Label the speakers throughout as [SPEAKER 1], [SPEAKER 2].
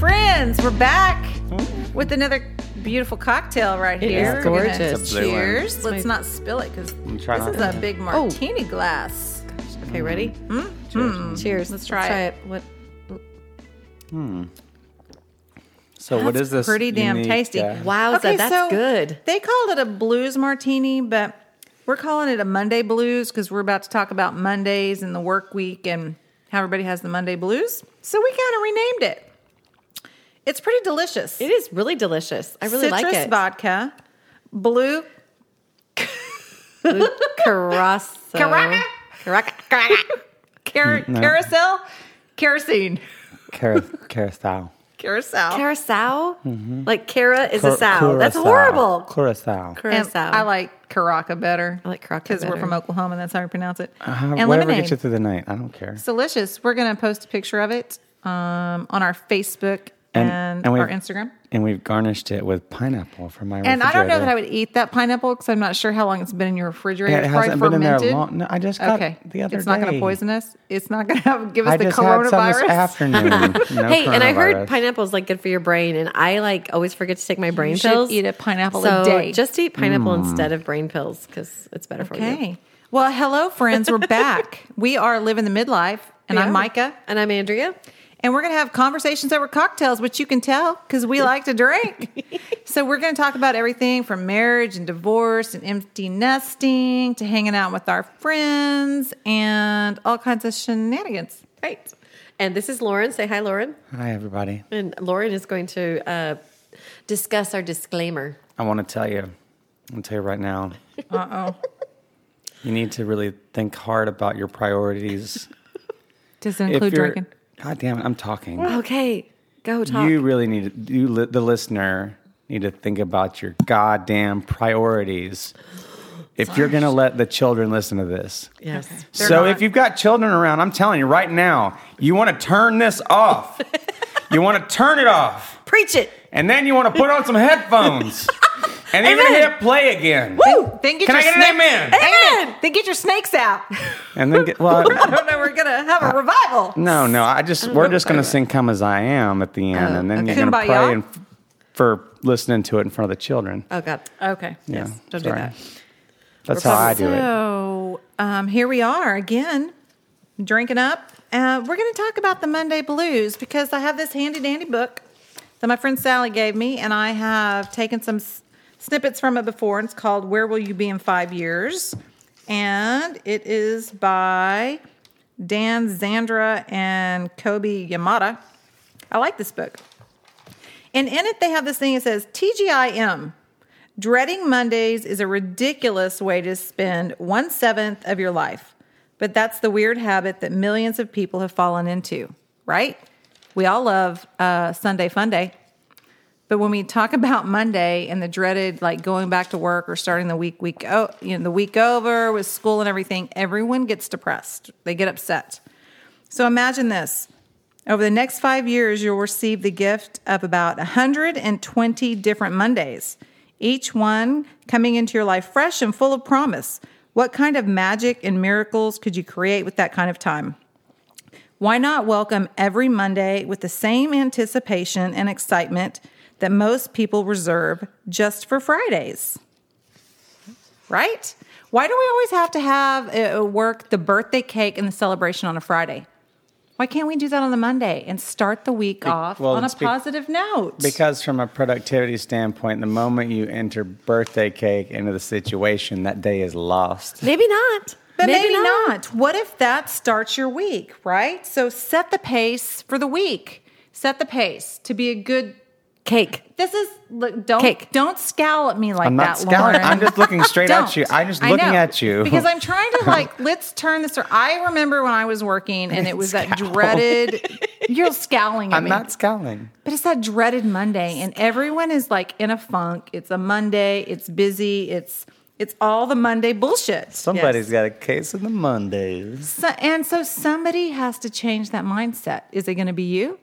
[SPEAKER 1] We're back with another beautiful cocktail right
[SPEAKER 2] Mm-hmm. It is
[SPEAKER 1] here. We're gonna
[SPEAKER 2] gorgeous.
[SPEAKER 3] It's a blue one.
[SPEAKER 1] Cheers.
[SPEAKER 2] my-
[SPEAKER 1] Let's not spill it because
[SPEAKER 3] I'm trying
[SPEAKER 1] this is
[SPEAKER 3] not
[SPEAKER 1] a
[SPEAKER 2] Oh.
[SPEAKER 1] big martini glass. Mm-hmm.
[SPEAKER 2] Okay, ready? Cheers.
[SPEAKER 1] Let's try it.
[SPEAKER 2] What?
[SPEAKER 3] So what
[SPEAKER 1] That's
[SPEAKER 3] is this?
[SPEAKER 1] pretty damn
[SPEAKER 3] unique, uh,
[SPEAKER 1] tasty.
[SPEAKER 3] yeah.
[SPEAKER 2] Wow,
[SPEAKER 1] Okay,
[SPEAKER 2] that's
[SPEAKER 1] so
[SPEAKER 2] good.
[SPEAKER 1] They called it a blues martini, but we're calling it a Monday blues because we're about to talk about Mondays and the work week and how everybody has the Monday blues. So we kind of renamed it. It's pretty delicious.
[SPEAKER 2] It is really delicious. I really
[SPEAKER 1] Citrus
[SPEAKER 2] like it.
[SPEAKER 1] vodka, blue
[SPEAKER 2] Carasso.
[SPEAKER 1] Caraca.
[SPEAKER 2] Caraca.
[SPEAKER 1] car-
[SPEAKER 3] Mm,
[SPEAKER 1] carousel, kerosene,
[SPEAKER 3] Cara- Carousel.
[SPEAKER 1] carousel.
[SPEAKER 2] Curacao? Like Cara is a
[SPEAKER 3] Cur-
[SPEAKER 2] sow. That's
[SPEAKER 3] curacao.
[SPEAKER 2] horrible.
[SPEAKER 3] Curacao.
[SPEAKER 1] And
[SPEAKER 2] Curacao.
[SPEAKER 1] I like Caraca better.
[SPEAKER 2] I like Caraca
[SPEAKER 1] because we're
[SPEAKER 2] better.
[SPEAKER 1] from Oklahoma. That's how we pronounce it.
[SPEAKER 3] Uh,
[SPEAKER 1] and
[SPEAKER 3] whatever
[SPEAKER 1] lemonade.
[SPEAKER 3] gets you through the night. I don't care.
[SPEAKER 1] It's delicious. We're going to post a picture of it um, on our Facebook and,
[SPEAKER 3] And- and
[SPEAKER 1] our
[SPEAKER 3] we've-
[SPEAKER 1] Instagram.
[SPEAKER 3] And we've garnished it with pineapple from my
[SPEAKER 1] And I don't know that I
[SPEAKER 3] refrigerator.
[SPEAKER 1] would eat that pineapple because I'm not sure how long it's been in your refrigerator.
[SPEAKER 3] Yeah, it
[SPEAKER 1] It's probably
[SPEAKER 3] hasn't been in there
[SPEAKER 1] fermented.
[SPEAKER 3] long. No, I just got
[SPEAKER 1] Okay.
[SPEAKER 3] the other
[SPEAKER 1] it's not going to
[SPEAKER 3] day.
[SPEAKER 1] poison us. It's not going to have give us
[SPEAKER 3] I
[SPEAKER 1] the
[SPEAKER 3] just had some this
[SPEAKER 1] coronavirus.
[SPEAKER 3] afternoon. No
[SPEAKER 2] Hey, and I
[SPEAKER 3] coronavirus.
[SPEAKER 2] heard pineapple's like good for your brain, and I like always forget to take my brain
[SPEAKER 1] You should
[SPEAKER 2] pills.
[SPEAKER 1] eat a pineapple a
[SPEAKER 2] so
[SPEAKER 1] day.
[SPEAKER 2] Just eat pineapple instead of brain pills because it's better for you.
[SPEAKER 1] okay. Well, hello, friends. We're back. we are living the midlife, and I'm
[SPEAKER 2] Yeah.
[SPEAKER 1] Micah.
[SPEAKER 2] and I'm Andrea.
[SPEAKER 1] And we're going to have conversations over cocktails, which you can tell because we like to drink. so we're going to talk about everything from marriage and divorce and empty nesting to hanging out with our friends and all kinds of shenanigans.
[SPEAKER 2] Right. And this is Lauren. Say hi, Lauren.
[SPEAKER 3] Hi, everybody.
[SPEAKER 2] And Lauren is going to uh, discuss our disclaimer.
[SPEAKER 3] I want to tell you. I'll tell you right now. Uh oh. You need to really think hard about your priorities.
[SPEAKER 1] Does it include
[SPEAKER 3] you're-
[SPEAKER 1] drinking?
[SPEAKER 3] God damn it, I'm talking.
[SPEAKER 2] Okay, go talk.
[SPEAKER 3] You really need to, you, li- the listener, need to think about your goddamn priorities. If you're going to let the children listen to this.
[SPEAKER 2] yes.
[SPEAKER 1] They're
[SPEAKER 3] so
[SPEAKER 1] not.
[SPEAKER 3] if you've got children around, I'm telling you right now, you want to turn this off. you want to turn it off.
[SPEAKER 2] Preach it.
[SPEAKER 3] And then you want to put on some headphones. and then you're going to hit play again.
[SPEAKER 1] Then get
[SPEAKER 3] Can
[SPEAKER 1] your
[SPEAKER 3] I get an
[SPEAKER 1] snake-
[SPEAKER 3] amen?
[SPEAKER 1] Amen. Then get your snakes out.
[SPEAKER 3] And then get, well,
[SPEAKER 1] I don't know. We're going to have a revival.
[SPEAKER 3] no, no, I just, we're just going to sing Come As I Am at the end. and then
[SPEAKER 2] okay.
[SPEAKER 3] you're going to
[SPEAKER 1] Kumbaya.
[SPEAKER 3] pray and f- for listening to it in front of the children.
[SPEAKER 2] Oh God.
[SPEAKER 1] Okay.
[SPEAKER 3] Yeah,
[SPEAKER 2] don't do that.
[SPEAKER 3] That's how I do it.
[SPEAKER 1] So um, here we are again, drinking up. Uh, we're going to talk about the Monday Blues because I have this handy dandy book that my friend Sally gave me, and I have taken some s- snippets from it before. And it's called "Where Will You Be in Five Years," and it is by Dan Zandra and Kobe Yamada. I like this book. And in it, they have this thing that says TGIM. Dreading Mondays is a ridiculous way to spend one seventh of your life. But that's the weird habit that millions of people have fallen into, right? We all love uh, Sunday Fun Day. But when we talk about Monday and the dreaded, like going back to work or starting the week, week, oh, you know, the week over with school and everything, everyone gets depressed. They get upset. So imagine this. Over the next five years, you'll receive the gift of about 120 different Mondays, each one coming into your life fresh and full of promise. What kind of magic and miracles could you create with that kind of time? Why not welcome every Monday with the same anticipation and excitement that most people reserve just for Fridays? Right? Why do we always have to have uh, work the birthday cake and the celebration on a Friday? Why can't we do that on the Monday and start the week off
[SPEAKER 3] well,
[SPEAKER 1] on a
[SPEAKER 3] it's be-
[SPEAKER 1] positive note?
[SPEAKER 3] Because from a productivity standpoint, the moment you enter birthday cake into the situation, that day is lost.
[SPEAKER 2] Maybe not.
[SPEAKER 1] But maybe, not. What if that starts your week, right? So set the pace for the week. Set the pace to be a good.
[SPEAKER 2] Cake.
[SPEAKER 1] This is look. Don't
[SPEAKER 2] Cake.
[SPEAKER 1] don't scowl at me like
[SPEAKER 3] I'm
[SPEAKER 1] that,
[SPEAKER 3] not scowling.
[SPEAKER 1] Lauren.
[SPEAKER 3] I'm just looking straight at you.
[SPEAKER 1] Don't.
[SPEAKER 3] I'm just
[SPEAKER 1] I
[SPEAKER 3] looking
[SPEAKER 1] know.
[SPEAKER 3] at you.
[SPEAKER 1] because I'm trying to like let's turn this. ar- I remember when I was working and it was that dreaded. You're scowling at
[SPEAKER 3] I'm
[SPEAKER 1] me.
[SPEAKER 3] not scowling.
[SPEAKER 1] But it's that dreaded Monday, and everyone is like in a funk. It's a Monday. It's busy. It's it's all the Monday bullshit.
[SPEAKER 3] Somebody's got a case of the Mondays.
[SPEAKER 1] So, and so somebody has to change that mindset. Is it going to be you?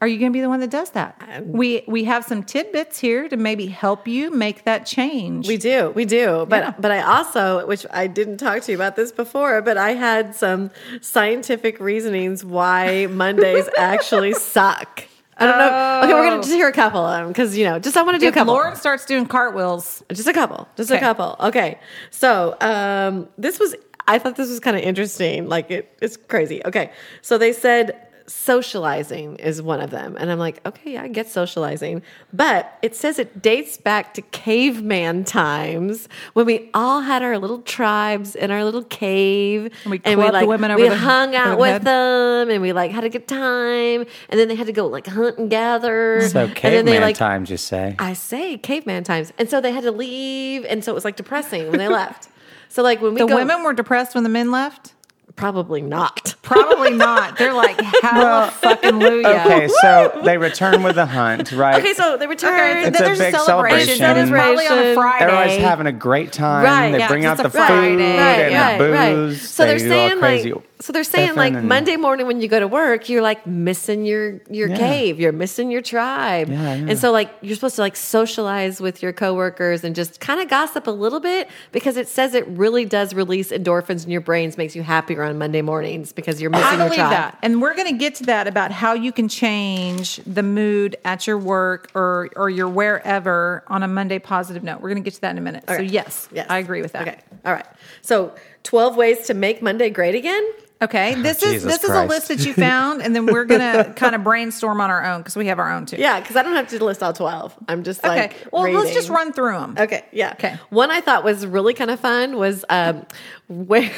[SPEAKER 1] Are you going to be the one that does that?
[SPEAKER 2] Um,
[SPEAKER 1] We we have some tidbits here to maybe help you make that change.
[SPEAKER 2] We do, we do. But but I also, which I didn't talk to you about this before, but I had some scientific reasonings why Mondays actually suck. I don't know. Okay, we're
[SPEAKER 1] Oh.
[SPEAKER 2] gonna just hear a couple of them because you know, just I want to do a
[SPEAKER 1] If
[SPEAKER 2] couple.
[SPEAKER 1] Lauren starts doing cartwheels,
[SPEAKER 2] Just a couple. Just a
[SPEAKER 1] Okay.
[SPEAKER 2] couple. Okay. So um, this was, I thought this was kind of interesting. Like it, it's crazy. Okay. So they said socializing is one of them. And I'm like, okay, yeah, I get socializing. But it says it dates back to caveman times when we all had our little tribes in our little cave.
[SPEAKER 1] And we clubbed the women over
[SPEAKER 2] we
[SPEAKER 1] the-
[SPEAKER 2] hung
[SPEAKER 1] over
[SPEAKER 2] out
[SPEAKER 1] the
[SPEAKER 2] with
[SPEAKER 1] head.
[SPEAKER 2] them and we like had a good time. And then they had to go like hunt and gather.
[SPEAKER 3] So
[SPEAKER 2] and then they
[SPEAKER 3] caveman
[SPEAKER 2] like
[SPEAKER 3] times, you say.
[SPEAKER 2] I say caveman times. And so they had to leave. And so it was like depressing when they left. So like when we
[SPEAKER 1] the
[SPEAKER 2] go,
[SPEAKER 1] women were depressed when the men left.
[SPEAKER 2] probably not.
[SPEAKER 1] Probably not. They're like, hella fucking Luya.
[SPEAKER 3] Okay, so they return with the hunt, right?
[SPEAKER 2] Okay, so they
[SPEAKER 1] All right,
[SPEAKER 2] returned.
[SPEAKER 1] so
[SPEAKER 3] It's
[SPEAKER 1] then
[SPEAKER 3] a
[SPEAKER 1] there's
[SPEAKER 3] big
[SPEAKER 1] a celebration.
[SPEAKER 3] celebration.
[SPEAKER 1] It's probably on a
[SPEAKER 2] Celebration.
[SPEAKER 1] Friday.
[SPEAKER 3] Everybody's having a great time.
[SPEAKER 2] Right,
[SPEAKER 3] they
[SPEAKER 2] yeah,
[SPEAKER 3] bring
[SPEAKER 1] it's
[SPEAKER 3] out
[SPEAKER 1] a
[SPEAKER 3] the
[SPEAKER 1] Friday.
[SPEAKER 3] food and the booze.
[SPEAKER 2] So they're
[SPEAKER 3] do all
[SPEAKER 2] saying
[SPEAKER 3] crazy
[SPEAKER 2] like, so they're saying
[SPEAKER 3] effing
[SPEAKER 2] like
[SPEAKER 3] and-
[SPEAKER 2] Monday morning when you go to work, you're like missing your your
[SPEAKER 3] Yeah.
[SPEAKER 2] cave, you're missing your tribe,
[SPEAKER 3] Yeah, yeah.
[SPEAKER 2] and so like you're supposed to like socialize with your coworkers and just kind of gossip a little bit because it says it really does release endorphins in your brains, makes you happier on Monday mornings because you're missing
[SPEAKER 1] I
[SPEAKER 2] your
[SPEAKER 1] believe
[SPEAKER 2] tribe.
[SPEAKER 1] that. And we're going to get to that about how you can change the mood at your work or or your wherever on a Monday positive note. We're going to get to that in a minute. So
[SPEAKER 2] Okay.
[SPEAKER 1] yes, I agree with that.
[SPEAKER 2] Okay. All right. So 12 ways to make Monday great again.
[SPEAKER 1] Okay, this is
[SPEAKER 3] Oh, Jesus
[SPEAKER 1] this
[SPEAKER 3] Christ.
[SPEAKER 1] is a list that you found and then we're going to kind of brainstorm on our own because we have our own too.
[SPEAKER 2] Yeah, because I don't have to list all 12. I'm just
[SPEAKER 1] Okay.
[SPEAKER 2] like,
[SPEAKER 1] well, let's
[SPEAKER 2] reading.
[SPEAKER 1] just run through them.
[SPEAKER 2] Okay, yeah.
[SPEAKER 1] Okay.
[SPEAKER 2] One I thought was really kind of fun was um, where.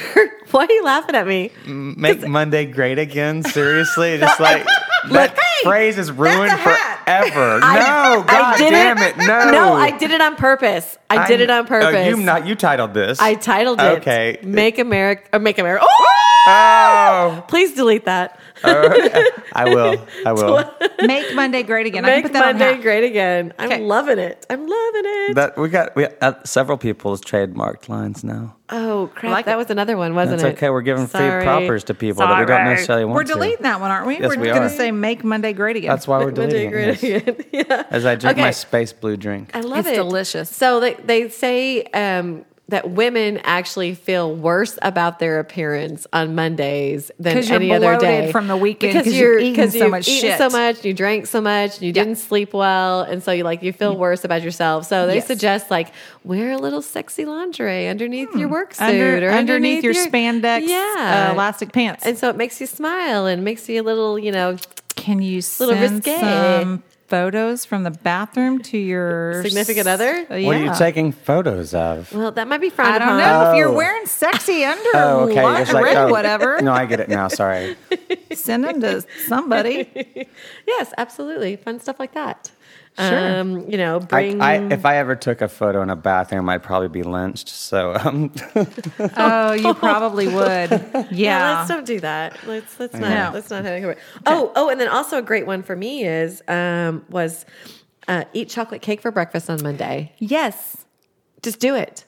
[SPEAKER 2] Why are you laughing at me?
[SPEAKER 3] Make Monday great again? Seriously? Just like that phrase is ruined
[SPEAKER 1] a hat.
[SPEAKER 3] forever. no, god damn it, no.
[SPEAKER 2] No, I did it on purpose. I, did it on purpose.
[SPEAKER 3] Oh, you not you titled this.
[SPEAKER 2] I titled it.
[SPEAKER 3] Okay.
[SPEAKER 2] Make America. Or make America. Oh!
[SPEAKER 3] Oh,
[SPEAKER 2] Please delete that.
[SPEAKER 3] I will. I will.
[SPEAKER 1] Make Monday great again. I can
[SPEAKER 2] Make
[SPEAKER 1] put that on
[SPEAKER 2] Monday
[SPEAKER 1] half.
[SPEAKER 2] great again. I'm
[SPEAKER 1] Okay.
[SPEAKER 2] loving it. I'm loving it.
[SPEAKER 3] That we got. We got, uh, several people's trademarked lines now.
[SPEAKER 2] oh crap!
[SPEAKER 1] like
[SPEAKER 2] that
[SPEAKER 1] it.
[SPEAKER 2] was another one, wasn't
[SPEAKER 3] That's
[SPEAKER 2] it?
[SPEAKER 3] okay. We're giving
[SPEAKER 2] Sorry.
[SPEAKER 3] free propers to people that we don't
[SPEAKER 4] Sorry.
[SPEAKER 3] necessarily want.
[SPEAKER 1] We're
[SPEAKER 3] to.
[SPEAKER 1] deleting that one, aren't we?
[SPEAKER 3] Yes,
[SPEAKER 1] we're
[SPEAKER 3] we
[SPEAKER 1] going
[SPEAKER 3] are.
[SPEAKER 1] to say make Monday great again.
[SPEAKER 3] That's why we're
[SPEAKER 2] Monday
[SPEAKER 3] deleting it.
[SPEAKER 2] great
[SPEAKER 3] yes.
[SPEAKER 2] again. yeah.
[SPEAKER 3] As I drink my
[SPEAKER 2] Okay. Oh,
[SPEAKER 3] space blue drink.
[SPEAKER 2] I love
[SPEAKER 1] It's
[SPEAKER 2] it.
[SPEAKER 1] delicious.
[SPEAKER 2] So they, they say um, that women actually feel worse about their appearance on Mondays than
[SPEAKER 1] 'Cause you're
[SPEAKER 2] any other
[SPEAKER 1] bloated
[SPEAKER 2] day
[SPEAKER 1] from the weekend, 'cause you've eaten
[SPEAKER 2] 'cause
[SPEAKER 1] so
[SPEAKER 2] you've
[SPEAKER 1] much
[SPEAKER 2] eaten
[SPEAKER 1] shit.
[SPEAKER 2] so much, you drank so much, you didn't sleep well, and so you like you feel worse about yourself. So they
[SPEAKER 1] Mm. Yes.
[SPEAKER 2] suggest like wear a little sexy lingerie underneath your work suit
[SPEAKER 1] Hmm. Under,
[SPEAKER 2] or
[SPEAKER 1] underneath, your, spandex
[SPEAKER 2] yeah
[SPEAKER 1] uh, elastic pants.
[SPEAKER 2] And so it makes you smile and makes you a little, you know,
[SPEAKER 1] Can you
[SPEAKER 2] Little
[SPEAKER 1] send
[SPEAKER 2] risque.
[SPEAKER 1] some photos from the bathroom to your
[SPEAKER 2] Significant other?
[SPEAKER 1] Uh,
[SPEAKER 3] What are
[SPEAKER 1] yeah.
[SPEAKER 3] you taking photos of?
[SPEAKER 2] well, that might be frowned
[SPEAKER 1] I don't
[SPEAKER 2] upon.
[SPEAKER 1] know if you're
[SPEAKER 3] Oh.
[SPEAKER 1] wearing sexy under
[SPEAKER 3] Oh, okay.
[SPEAKER 1] lingerie,
[SPEAKER 3] It's like, oh,
[SPEAKER 1] whatever.
[SPEAKER 3] No, I get it now. Sorry.
[SPEAKER 1] Send them to somebody.
[SPEAKER 2] Yes, absolutely. Fun stuff like that.
[SPEAKER 1] Sure.
[SPEAKER 2] Um, you know,
[SPEAKER 3] I,
[SPEAKER 2] bring
[SPEAKER 3] I, if I ever took a photo in a bathroom, I'd probably be lynched. So um,
[SPEAKER 1] oh, you probably would. Yeah.
[SPEAKER 2] Yeah, let's don't do that. Let's let's
[SPEAKER 1] No.
[SPEAKER 2] not let's not have it. Oh, oh, and then also a great one for me is um was uh, eat chocolate cake for breakfast on Monday.
[SPEAKER 1] yes.
[SPEAKER 2] Just do it.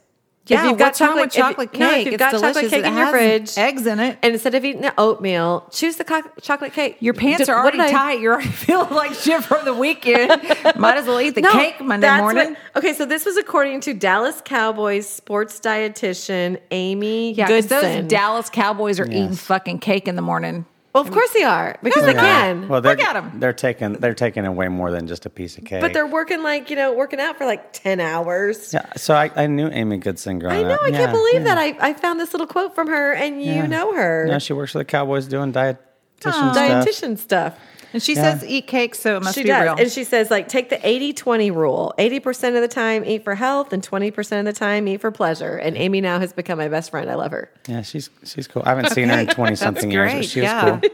[SPEAKER 1] Yeah,
[SPEAKER 2] if you've got
[SPEAKER 1] what's wrong with
[SPEAKER 2] chocolate,
[SPEAKER 1] chocolate
[SPEAKER 2] if, you- no,
[SPEAKER 1] cake?
[SPEAKER 2] if you've
[SPEAKER 1] it's
[SPEAKER 2] got
[SPEAKER 1] delicious.
[SPEAKER 2] chocolate cake
[SPEAKER 1] It
[SPEAKER 2] in your
[SPEAKER 1] has
[SPEAKER 2] fridge,
[SPEAKER 1] eggs in it.
[SPEAKER 2] and instead of eating the oatmeal, choose the co- chocolate cake.
[SPEAKER 1] Your pants
[SPEAKER 2] D-
[SPEAKER 1] are
[SPEAKER 2] what did
[SPEAKER 1] already
[SPEAKER 2] I-
[SPEAKER 1] tight. You already feel like shit from the weekend. Might as well eat the
[SPEAKER 2] No,
[SPEAKER 1] cake Monday
[SPEAKER 2] that's
[SPEAKER 1] morning.
[SPEAKER 2] what- okay, so this was according to Dallas Cowboys sports dietitian Amy
[SPEAKER 1] yeah, 'cause
[SPEAKER 2] Goodson.
[SPEAKER 1] those Dallas Cowboys are eating
[SPEAKER 3] Yes.
[SPEAKER 1] fucking cake in the morning.
[SPEAKER 2] well, of course they are because they
[SPEAKER 3] yeah.
[SPEAKER 2] can.
[SPEAKER 3] Well, they're,
[SPEAKER 1] Look at 'em.
[SPEAKER 3] They're taking they're taking away more than just a piece of cake.
[SPEAKER 2] But they're working like you know, working out for like ten hours.
[SPEAKER 3] yeah. So I, I knew Amy Goodson growing
[SPEAKER 2] I know.
[SPEAKER 3] up.
[SPEAKER 2] I
[SPEAKER 3] Yeah,
[SPEAKER 2] can't believe
[SPEAKER 3] yeah,
[SPEAKER 2] that. I, I found this little quote from her, and you
[SPEAKER 3] yeah.
[SPEAKER 2] know her,
[SPEAKER 3] Yeah, she works for the Cowboys doing dietitian stuff.
[SPEAKER 2] dietitian stuff.
[SPEAKER 1] And she
[SPEAKER 3] Yeah.
[SPEAKER 1] says eat cake, so it must
[SPEAKER 2] She
[SPEAKER 1] be
[SPEAKER 2] does,
[SPEAKER 1] real.
[SPEAKER 2] and she says like take the 80-20 rule. Eighty percent of the time, eat for health, and twenty percent of the time, eat for pleasure. And Amy now has become my best friend. I love her.
[SPEAKER 3] Yeah, she's she's cool. I haven't seen her in twenty something years, but
[SPEAKER 1] great,
[SPEAKER 3] she was
[SPEAKER 1] yeah.
[SPEAKER 3] cool.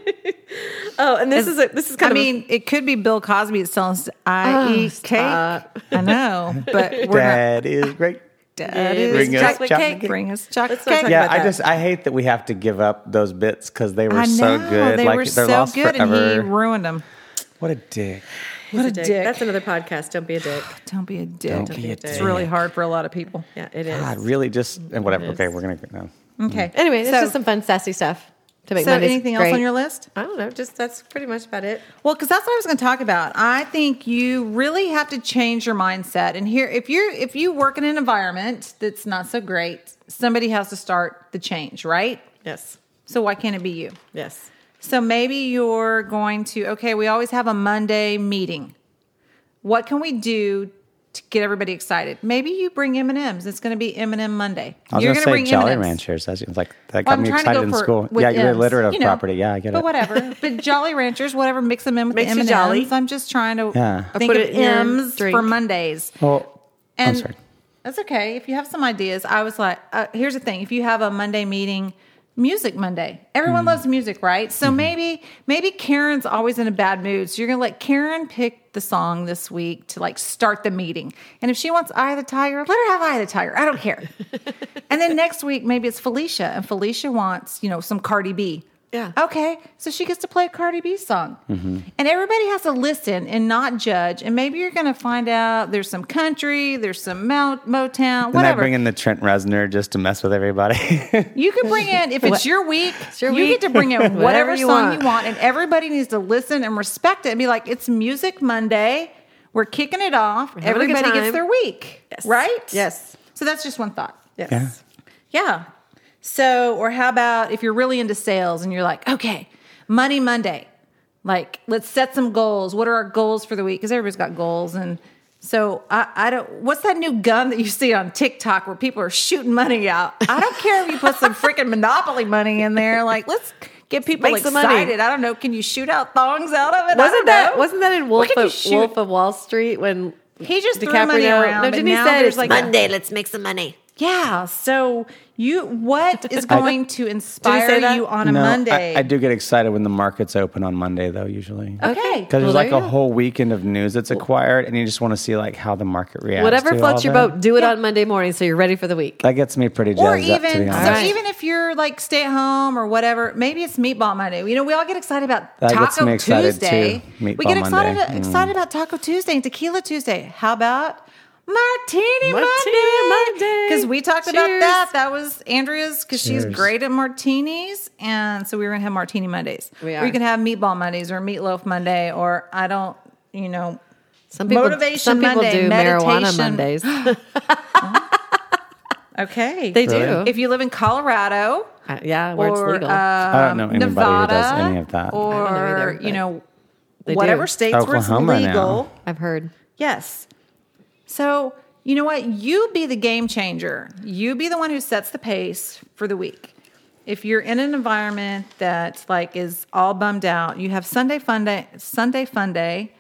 [SPEAKER 2] Oh, and this is a, this is
[SPEAKER 1] I
[SPEAKER 2] kind of a-
[SPEAKER 1] mean, it could be Bill Cosby that's telling us I
[SPEAKER 2] Oh,
[SPEAKER 1] eat
[SPEAKER 2] stop.
[SPEAKER 1] cake. I know, but we're not.
[SPEAKER 3] Dad is great.
[SPEAKER 1] Dad
[SPEAKER 2] is
[SPEAKER 1] is
[SPEAKER 3] Bring us
[SPEAKER 1] chocolate
[SPEAKER 3] chocolate
[SPEAKER 1] cake.
[SPEAKER 3] cake.
[SPEAKER 1] Bring us chocolate
[SPEAKER 2] Let's not
[SPEAKER 1] cake.
[SPEAKER 2] talk
[SPEAKER 3] Yeah,
[SPEAKER 2] about
[SPEAKER 3] I
[SPEAKER 2] that.
[SPEAKER 3] just I hate that we have to give up those bits because they were
[SPEAKER 1] I know
[SPEAKER 3] so good.
[SPEAKER 1] they
[SPEAKER 3] like
[SPEAKER 1] were
[SPEAKER 3] they're
[SPEAKER 1] so
[SPEAKER 3] lost
[SPEAKER 1] good,
[SPEAKER 3] forever.
[SPEAKER 1] and he ruined them.
[SPEAKER 3] what a dick.
[SPEAKER 2] he's
[SPEAKER 1] what a dick.
[SPEAKER 2] That's another podcast. Don't be a dick.
[SPEAKER 1] Don't be a dick.
[SPEAKER 3] Don't be a
[SPEAKER 1] It's
[SPEAKER 3] dick.
[SPEAKER 1] really hard for a lot of people.
[SPEAKER 2] Yeah, it is.
[SPEAKER 3] God, really just and whatever. Okay, we're gonna no.
[SPEAKER 1] Okay.
[SPEAKER 2] Anyway, it's
[SPEAKER 1] so,
[SPEAKER 2] just some fun sassy stuff to make.
[SPEAKER 1] so
[SPEAKER 2] Mondays
[SPEAKER 1] anything
[SPEAKER 2] great.
[SPEAKER 1] else on your list?
[SPEAKER 2] I don't know. Just that's pretty much about it.
[SPEAKER 1] Well, because that's what I was going to talk about. I think you really have to change your mindset. And here, if you're if you work in an environment that's not so great, somebody has to start the change, right?
[SPEAKER 2] Yes.
[SPEAKER 1] So why can't it be you?
[SPEAKER 2] Yes.
[SPEAKER 1] So maybe you're going to, okay, we always have a Monday meeting. What can we do to get everybody excited? Maybe you bring M&Ms. It's going to be M&M Monday.
[SPEAKER 3] I was
[SPEAKER 1] you're
[SPEAKER 3] gonna
[SPEAKER 1] gonna
[SPEAKER 3] say Jolly
[SPEAKER 1] M&Ms.
[SPEAKER 3] Ranchers. That's it's like that
[SPEAKER 1] Well,
[SPEAKER 3] got me
[SPEAKER 1] trying to
[SPEAKER 3] excited
[SPEAKER 1] go
[SPEAKER 3] in
[SPEAKER 1] for-
[SPEAKER 3] school.
[SPEAKER 1] with
[SPEAKER 3] yeah, you're
[SPEAKER 1] M's,
[SPEAKER 3] alliterative
[SPEAKER 1] you know.
[SPEAKER 3] property. Yeah, I get it.
[SPEAKER 1] But whatever. but Jolly Ranchers, whatever, mix them in with
[SPEAKER 2] Makes you
[SPEAKER 1] the M&Ms.
[SPEAKER 2] jolly.
[SPEAKER 1] I'm just trying to
[SPEAKER 3] Yeah. Or
[SPEAKER 1] think
[SPEAKER 2] put
[SPEAKER 1] of
[SPEAKER 2] it in your
[SPEAKER 1] M's for
[SPEAKER 2] drink.
[SPEAKER 1] Mondays.
[SPEAKER 3] Well,
[SPEAKER 1] And
[SPEAKER 3] I'm sorry.
[SPEAKER 1] That's okay. If you have some ideas, I was like, uh, here's the thing: if you have a Monday meeting, music Monday.
[SPEAKER 3] Hmm.
[SPEAKER 1] Everyone loves music, right? So
[SPEAKER 3] Mm-hmm.
[SPEAKER 1] maybe maybe Karen's always in a bad mood, so you're gonna let Karen pick the song this week to like start the meeting. And if she wants Eye of the Tiger, let her have Eye of the Tiger. I don't care. and then next week, maybe it's Felicia, and Felicia wants you know some Cardi B.
[SPEAKER 2] Yeah.
[SPEAKER 1] Okay, so she gets to play a Cardi B song.
[SPEAKER 3] Mm-hmm.
[SPEAKER 1] And everybody has to listen and not judge. And maybe you're going to find out there's some country, there's some Mo- Motown,
[SPEAKER 3] Then I
[SPEAKER 1] whatever.
[SPEAKER 3] bring in the Trent Reznor just to mess with everybody.
[SPEAKER 1] you can bring in, if it's your week,
[SPEAKER 2] your
[SPEAKER 1] you get
[SPEAKER 2] week.
[SPEAKER 1] to bring in whatever,
[SPEAKER 2] Whatever you
[SPEAKER 1] song
[SPEAKER 2] want.
[SPEAKER 1] you want. And everybody needs to listen and respect it and be like, it's Music Monday. We're kicking it off.
[SPEAKER 2] having a good
[SPEAKER 1] Everybody gets
[SPEAKER 2] time.
[SPEAKER 1] their week. Right?
[SPEAKER 2] Yes.
[SPEAKER 1] So that's just one thought.
[SPEAKER 2] Yes.
[SPEAKER 3] Yeah.
[SPEAKER 1] Yeah. So, or how about if you're really into sales and you're like, okay, Money Monday, like let's set some goals. What are our goals for the week? Because everybody's got goals. And so I, I don't, what's that new gun that you see on TikTok where people are shooting money out? I don't care if you put some freaking Monopoly money in there. Like, let's get people
[SPEAKER 2] Make some money.
[SPEAKER 1] excited. I don't know. Can you shoot out thongs out of it? I
[SPEAKER 2] Wasn't
[SPEAKER 1] don't
[SPEAKER 2] that
[SPEAKER 1] know.
[SPEAKER 2] wasn't that in
[SPEAKER 1] What
[SPEAKER 2] Wolf
[SPEAKER 1] can you
[SPEAKER 2] of,
[SPEAKER 1] shoot?
[SPEAKER 2] Wolf of Wall Street when
[SPEAKER 1] He just
[SPEAKER 2] DiCaprio?
[SPEAKER 1] threw money around.
[SPEAKER 2] no,
[SPEAKER 1] but
[SPEAKER 2] didn't he
[SPEAKER 1] now
[SPEAKER 2] said
[SPEAKER 1] there's
[SPEAKER 2] it's
[SPEAKER 1] like
[SPEAKER 2] like
[SPEAKER 1] a-
[SPEAKER 2] Monday? Let's make some money.
[SPEAKER 1] Yeah. So you, what is going to
[SPEAKER 2] say
[SPEAKER 1] inspire
[SPEAKER 2] that?
[SPEAKER 1] you on a
[SPEAKER 3] No, I-
[SPEAKER 1] Monday? Oh,
[SPEAKER 3] I, do get excited when the market's open on Monday, though, usually. Because
[SPEAKER 1] Okay.
[SPEAKER 2] Well,
[SPEAKER 3] there's
[SPEAKER 2] there
[SPEAKER 3] like
[SPEAKER 2] you
[SPEAKER 3] a
[SPEAKER 2] go.
[SPEAKER 3] whole weekend of news that's acquired, and you just want to see like how the market reacts.
[SPEAKER 2] Whatever
[SPEAKER 3] to
[SPEAKER 2] floats
[SPEAKER 3] all
[SPEAKER 2] your
[SPEAKER 3] that.
[SPEAKER 2] boat, do it on Monday morning so you're ready for the week.
[SPEAKER 3] That gets me pretty
[SPEAKER 1] or
[SPEAKER 3] jazzed up, to be
[SPEAKER 1] even so
[SPEAKER 3] honest.
[SPEAKER 2] Right.
[SPEAKER 1] even if you're like stay at home or whatever maybe it's meatball monday you know we all get excited about
[SPEAKER 3] That gets
[SPEAKER 1] taco
[SPEAKER 3] me excited,
[SPEAKER 1] tuesday
[SPEAKER 3] too,
[SPEAKER 1] we get
[SPEAKER 3] Meatball
[SPEAKER 1] excited
[SPEAKER 3] Monday. Mm.
[SPEAKER 1] excited about taco tuesday and tequila tuesday how about martini,
[SPEAKER 2] Martini
[SPEAKER 1] monday
[SPEAKER 2] Monday.
[SPEAKER 1] because we talked about
[SPEAKER 2] Cheers.
[SPEAKER 1] that that was andrea's because she's
[SPEAKER 3] Cheers.
[SPEAKER 1] great at martinis and so we were gonna have martini mondays
[SPEAKER 2] We
[SPEAKER 1] or
[SPEAKER 2] are.
[SPEAKER 1] you can have meatball mondays or meatloaf monday or i don't you know
[SPEAKER 2] Some people,
[SPEAKER 1] Motivation
[SPEAKER 2] some people
[SPEAKER 1] Monday,
[SPEAKER 2] do
[SPEAKER 1] meditation.
[SPEAKER 2] marijuana Mondays.
[SPEAKER 1] okay
[SPEAKER 2] They
[SPEAKER 3] Really?
[SPEAKER 2] do.
[SPEAKER 1] if you live in colorado
[SPEAKER 2] Uh, yeah, where it's
[SPEAKER 1] or, uh,
[SPEAKER 2] legal.
[SPEAKER 3] I don't know anybody
[SPEAKER 1] Nevada,
[SPEAKER 3] who does any of that.
[SPEAKER 1] Or,
[SPEAKER 2] don't know either,
[SPEAKER 1] you
[SPEAKER 2] but
[SPEAKER 1] know,
[SPEAKER 2] do.
[SPEAKER 1] whatever states where
[SPEAKER 3] Oklahoma
[SPEAKER 1] it's
[SPEAKER 3] now.
[SPEAKER 1] legal.
[SPEAKER 2] I've heard.
[SPEAKER 1] Yes. So, you know what? You be the game changer. You be the one who sets the pace for the week. If you're in an environment that like is all bummed out, you have Sunday fun day, Sunday fun day,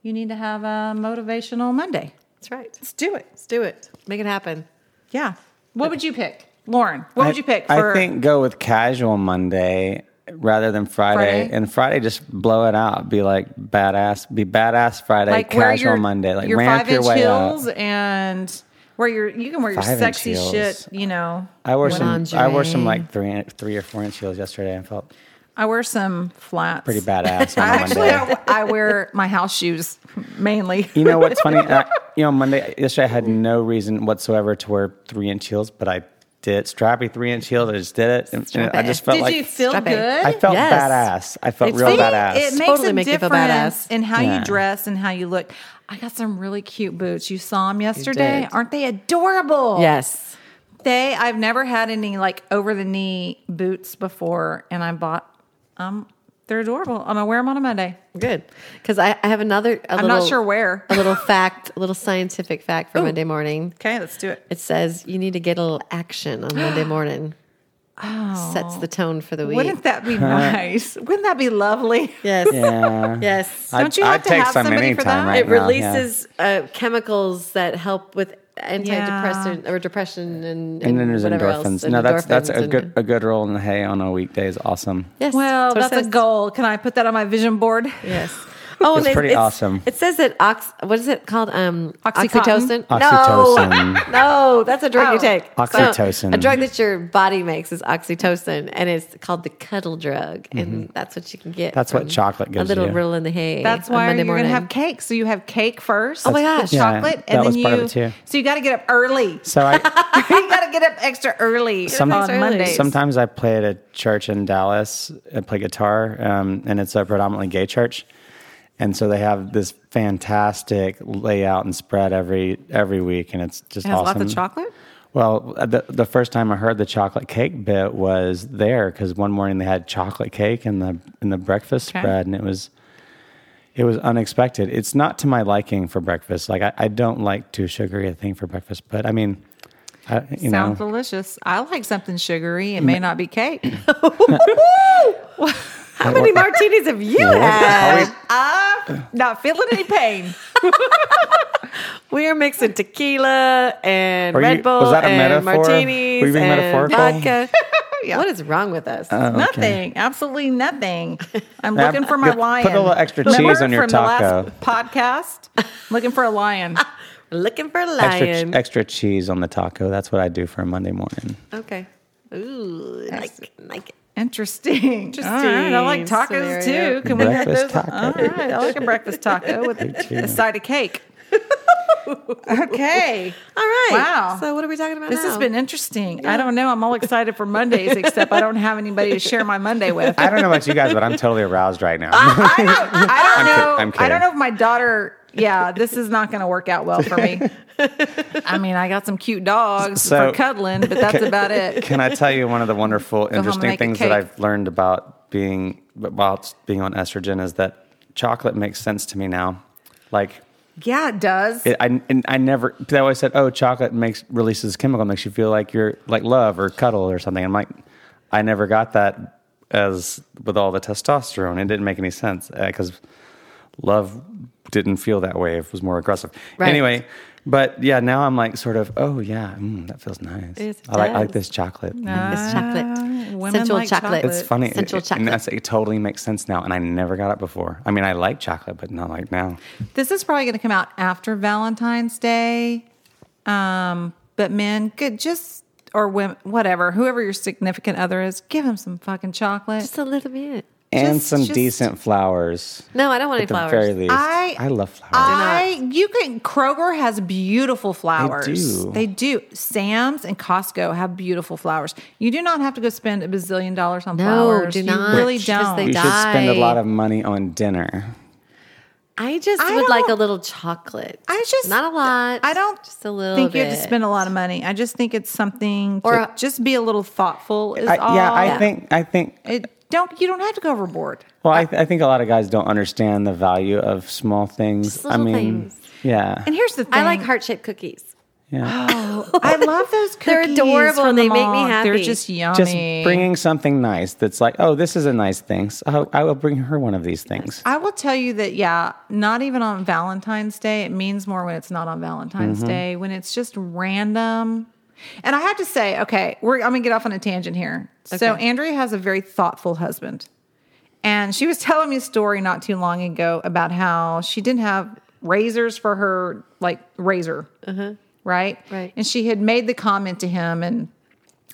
[SPEAKER 1] you need to have a motivational Monday.
[SPEAKER 2] That's right.
[SPEAKER 1] Let's do it.
[SPEAKER 2] Let's do it. Make it happen.
[SPEAKER 1] Yeah. What would you pick? Lauren, what would
[SPEAKER 3] I-
[SPEAKER 1] you pick for
[SPEAKER 3] I think go with casual Monday rather than Friday.
[SPEAKER 1] Friday?
[SPEAKER 3] And Friday, just blow it out. Be like badass. Be badass Friday.
[SPEAKER 1] wear
[SPEAKER 3] casual
[SPEAKER 1] your-
[SPEAKER 3] Monday. Like
[SPEAKER 1] your
[SPEAKER 3] ramp
[SPEAKER 1] five
[SPEAKER 3] your
[SPEAKER 1] inch
[SPEAKER 3] way
[SPEAKER 1] heels
[SPEAKER 3] up.
[SPEAKER 1] and where your you can wear your
[SPEAKER 3] Five-inch
[SPEAKER 1] sexy
[SPEAKER 3] heels.
[SPEAKER 1] shit. You know,
[SPEAKER 3] I wore some. I wore some
[SPEAKER 2] Lingerie.
[SPEAKER 3] like three, three or four inch heels yesterday, and felt
[SPEAKER 1] I wear some flats.
[SPEAKER 3] pretty badass on
[SPEAKER 1] I
[SPEAKER 3] a
[SPEAKER 1] actually,
[SPEAKER 3] Monday.
[SPEAKER 1] I, I wear my house shoes mainly.
[SPEAKER 3] you know what's funny? I, you know, Monday yesterday I had no reason whatsoever to wear three inch heels, but I did strappy three inch heels. I just did it, and, and
[SPEAKER 2] Strap
[SPEAKER 3] I
[SPEAKER 2] it.
[SPEAKER 3] just felt
[SPEAKER 1] Did
[SPEAKER 3] like
[SPEAKER 1] you feel
[SPEAKER 2] strap it.
[SPEAKER 1] good?
[SPEAKER 3] I felt
[SPEAKER 2] Yes.
[SPEAKER 3] badass. I felt
[SPEAKER 2] It's
[SPEAKER 3] real
[SPEAKER 2] See?
[SPEAKER 3] badass.
[SPEAKER 1] It makes
[SPEAKER 2] Totally
[SPEAKER 1] a
[SPEAKER 2] make you feel
[SPEAKER 1] difference
[SPEAKER 2] badass.
[SPEAKER 1] in how
[SPEAKER 3] Yeah.
[SPEAKER 1] you dress and how you look. I got some really cute boots. You saw them yesterday.
[SPEAKER 2] did.
[SPEAKER 1] Aren't they adorable?
[SPEAKER 2] Yes.
[SPEAKER 1] They, I've never had any like over the knee boots before, and I bought. Um, they're adorable. I'm gonna wear them on a Monday.
[SPEAKER 2] Good. Because I, I have another. i
[SPEAKER 1] I'm not sure where.
[SPEAKER 2] a little fact, a little scientific fact for Monday morning.
[SPEAKER 1] Okay, let's do it.
[SPEAKER 2] It says you need to get a little action on Monday morning. oh. Sets the tone for the week.
[SPEAKER 1] Wouldn't that be nice? Wouldn't that be lovely?
[SPEAKER 2] yes.
[SPEAKER 3] yeah.
[SPEAKER 2] Yes.
[SPEAKER 3] I'd-
[SPEAKER 1] Don't you have
[SPEAKER 3] I'd
[SPEAKER 1] to
[SPEAKER 3] take
[SPEAKER 1] have
[SPEAKER 3] some
[SPEAKER 1] somebody for
[SPEAKER 3] anytime
[SPEAKER 1] that?
[SPEAKER 3] right
[SPEAKER 2] it
[SPEAKER 3] now, yeah.
[SPEAKER 2] releases uh, chemicals that help with antidepressant or depression and,
[SPEAKER 3] and then there's
[SPEAKER 2] whatever
[SPEAKER 3] endorphins.
[SPEAKER 2] else, and
[SPEAKER 3] no, that's that's
[SPEAKER 2] endorphins
[SPEAKER 3] a
[SPEAKER 2] and-
[SPEAKER 3] good a good roll in the hay on a weekday is awesome.
[SPEAKER 2] Yes,
[SPEAKER 1] Well,
[SPEAKER 2] what it
[SPEAKER 1] that's a
[SPEAKER 2] says.
[SPEAKER 1] goal. Can I put that on my vision board?
[SPEAKER 2] Yes. Oh,
[SPEAKER 3] It's
[SPEAKER 2] and
[SPEAKER 3] pretty awesome.
[SPEAKER 2] It says that ox. What is it called? Um,
[SPEAKER 1] Oxycontin?
[SPEAKER 2] oxytocin. No,
[SPEAKER 3] Oxytocin.
[SPEAKER 2] no, that's a drug
[SPEAKER 1] Oh.
[SPEAKER 2] you take. So,
[SPEAKER 3] Oxytocin.
[SPEAKER 2] a drug that your body makes is oxytocin, and it's called the cuddle drug, and that's what you can get.
[SPEAKER 3] Mm-hmm. That's what
[SPEAKER 2] from
[SPEAKER 3] chocolate
[SPEAKER 2] A
[SPEAKER 3] gives
[SPEAKER 2] little
[SPEAKER 3] you.
[SPEAKER 2] roll in the hay.
[SPEAKER 1] That's
[SPEAKER 2] on
[SPEAKER 1] why
[SPEAKER 2] Monday
[SPEAKER 1] you're going to
[SPEAKER 2] morning.
[SPEAKER 1] have cake. So you have cake first.
[SPEAKER 2] Oh my gosh.
[SPEAKER 1] with
[SPEAKER 3] Yeah,
[SPEAKER 1] chocolate,
[SPEAKER 3] that
[SPEAKER 1] and then
[SPEAKER 3] was
[SPEAKER 1] you.
[SPEAKER 3] part of it too.
[SPEAKER 1] So you got to get up early.
[SPEAKER 3] So I
[SPEAKER 1] you got to get up extra early
[SPEAKER 3] Some-
[SPEAKER 1] on
[SPEAKER 2] extra early.
[SPEAKER 1] Mondays.
[SPEAKER 3] sometimes I play at a church in Dallas. I play guitar, um, and it's a predominantly gay church, and so they have this fantastic layout and spread every every week, and it's just
[SPEAKER 1] it has
[SPEAKER 3] awesome.
[SPEAKER 1] lots of chocolate.
[SPEAKER 3] Well, the, the first time I heard the chocolate cake bit was there because one morning they had chocolate cake in the in the breakfast
[SPEAKER 1] Okay.
[SPEAKER 3] spread, and it was it was unexpected. It's not to my liking for breakfast. Like I, I don't like too sugary a thing for breakfast, but I mean, I, you
[SPEAKER 1] Sounds
[SPEAKER 3] know,
[SPEAKER 1] delicious. I like something sugary. It may not be cake.
[SPEAKER 2] How many martinis have you had?
[SPEAKER 1] I'm not feeling any pain.
[SPEAKER 2] We are mixing tequila and
[SPEAKER 3] Were
[SPEAKER 2] Red
[SPEAKER 3] you-
[SPEAKER 2] Bull
[SPEAKER 3] was that a
[SPEAKER 2] and
[SPEAKER 3] metaphor?
[SPEAKER 2] martinis
[SPEAKER 3] Were you being
[SPEAKER 2] and
[SPEAKER 3] metaphorical? Uh,
[SPEAKER 2] vodka.
[SPEAKER 1] Yeah.
[SPEAKER 2] What is wrong with us?
[SPEAKER 1] Nothing. Absolutely nothing. I'm
[SPEAKER 3] Now,
[SPEAKER 1] looking for my
[SPEAKER 3] put a
[SPEAKER 1] lion.
[SPEAKER 3] little extra
[SPEAKER 1] Remember
[SPEAKER 3] cheese on your
[SPEAKER 1] from The last podcast. Looking for a lion.
[SPEAKER 2] Looking for a lion.
[SPEAKER 3] extra, extra cheese on the taco. That's what I do for a Monday morning.
[SPEAKER 2] okay. Ooh, like, like it.
[SPEAKER 1] Interesting. Interesting. I like tacos
[SPEAKER 2] scenario.
[SPEAKER 1] too. Can we have Uh-huh.
[SPEAKER 3] Breakfast
[SPEAKER 1] those?
[SPEAKER 3] taco.
[SPEAKER 1] All right. I like a breakfast taco with
[SPEAKER 3] too.
[SPEAKER 1] a side of cake. okay.
[SPEAKER 2] All right.
[SPEAKER 1] Wow.
[SPEAKER 2] So what are we talking about
[SPEAKER 1] This has
[SPEAKER 2] now?
[SPEAKER 1] been interesting. I don't know. I'm all excited for Mondays, except I don't have anybody to share my Monday with.
[SPEAKER 3] I don't know about you guys, but I'm totally aroused right now.
[SPEAKER 1] I don't, I don't
[SPEAKER 3] kidding.
[SPEAKER 1] know.
[SPEAKER 3] I'm
[SPEAKER 1] I don't
[SPEAKER 3] kidding.
[SPEAKER 1] know if my daughter. Yeah, this is not going to work out well for me. I mean, I got some cute dogs
[SPEAKER 3] So-
[SPEAKER 1] for cuddling, but that's about it.
[SPEAKER 3] Can I tell you one of the wonderful,
[SPEAKER 1] and
[SPEAKER 3] interesting
[SPEAKER 1] make a
[SPEAKER 3] things that
[SPEAKER 1] cake.
[SPEAKER 3] I've learned about being about being on estrogen is that chocolate makes sense to me now. Like
[SPEAKER 1] Yeah, it does.
[SPEAKER 3] it, I, and I never they always said, oh, chocolate makes releases chemical, makes you feel like you're like love or cuddle or something. I'm like, I never got that as with all the testosterone. It didn't make any sense because love didn't feel that way. It was more aggressive.
[SPEAKER 2] Right.
[SPEAKER 3] Anyway, but yeah, now I'm like sort of, oh yeah, mm, that feels nice.
[SPEAKER 2] Yes, it
[SPEAKER 3] I like I like
[SPEAKER 2] does.
[SPEAKER 3] this chocolate.
[SPEAKER 2] It's chocolate.
[SPEAKER 1] Uh, women
[SPEAKER 2] Sensual
[SPEAKER 1] like
[SPEAKER 2] chocolate.
[SPEAKER 1] chocolate.
[SPEAKER 3] It's funny.
[SPEAKER 2] Sensual
[SPEAKER 3] It- it- and
[SPEAKER 2] chocolate.
[SPEAKER 3] that's, it totally makes sense now. And I never got it before. I mean, I like chocolate, but not like now.
[SPEAKER 1] This is probably going to come out after Valentine's Day. Um, but men, good, just or women, whatever, whoever your significant other is, give them some fucking chocolate.
[SPEAKER 2] Just a little bit.
[SPEAKER 3] And
[SPEAKER 1] Just-
[SPEAKER 3] some
[SPEAKER 1] just-
[SPEAKER 3] decent flowers.
[SPEAKER 2] No, I don't want any
[SPEAKER 3] At the
[SPEAKER 2] flowers.
[SPEAKER 3] very least.
[SPEAKER 1] I-
[SPEAKER 3] I, love flowers.
[SPEAKER 1] I you can Kroger has beautiful flowers.
[SPEAKER 3] do.
[SPEAKER 1] They do. Sam's and Costco have beautiful flowers. You do not have to go spend a bazillion dollars on
[SPEAKER 2] No,
[SPEAKER 1] flowers.
[SPEAKER 2] do
[SPEAKER 1] you
[SPEAKER 2] not,
[SPEAKER 1] really
[SPEAKER 2] because
[SPEAKER 1] don't.
[SPEAKER 2] they
[SPEAKER 3] you should spend a
[SPEAKER 2] die.
[SPEAKER 3] lot of money on dinner.
[SPEAKER 2] I just
[SPEAKER 1] I
[SPEAKER 2] would like
[SPEAKER 1] don't-
[SPEAKER 2] a little chocolate.
[SPEAKER 1] I just
[SPEAKER 2] not a lot.
[SPEAKER 1] I don't
[SPEAKER 2] just a little.
[SPEAKER 1] think
[SPEAKER 2] bit.
[SPEAKER 1] you have to spend a lot of money. I just think it's something
[SPEAKER 2] Or
[SPEAKER 1] or
[SPEAKER 2] a-
[SPEAKER 1] just be a little thoughtful. Is
[SPEAKER 3] I,
[SPEAKER 1] all.
[SPEAKER 3] yeah, I think I think
[SPEAKER 1] It, don't you don't have to go overboard.
[SPEAKER 3] well, I, I think a lot of guys don't understand the value of small things.
[SPEAKER 2] Just
[SPEAKER 3] I
[SPEAKER 2] little
[SPEAKER 3] mean,
[SPEAKER 2] things.
[SPEAKER 3] yeah,
[SPEAKER 1] And here's the thing.
[SPEAKER 2] I like heart shaped cookies.
[SPEAKER 3] yeah.
[SPEAKER 1] I love those cookies.
[SPEAKER 2] They're adorable
[SPEAKER 1] from
[SPEAKER 2] and they
[SPEAKER 1] the
[SPEAKER 2] make me
[SPEAKER 1] mall. They're
[SPEAKER 2] happy.
[SPEAKER 1] just yummy.
[SPEAKER 3] Just bringing something nice that's like, oh, this is a nice thing. So oh, I, I will bring her one of these things.
[SPEAKER 1] I will tell you that, yeah, not even on Valentine's Day. It means more when it's not on Valentine's
[SPEAKER 2] Mm-hmm.
[SPEAKER 1] Day, when it's just random. And I have to say, okay, we're, I'm going to get off on a tangent here. So,
[SPEAKER 2] Okay.
[SPEAKER 1] Andrea has a very thoughtful husband. And she was telling me a story not too long ago about how she didn't have razors for her, like razor, right?
[SPEAKER 2] Uh-huh. Right.
[SPEAKER 1] And she had made the comment to him and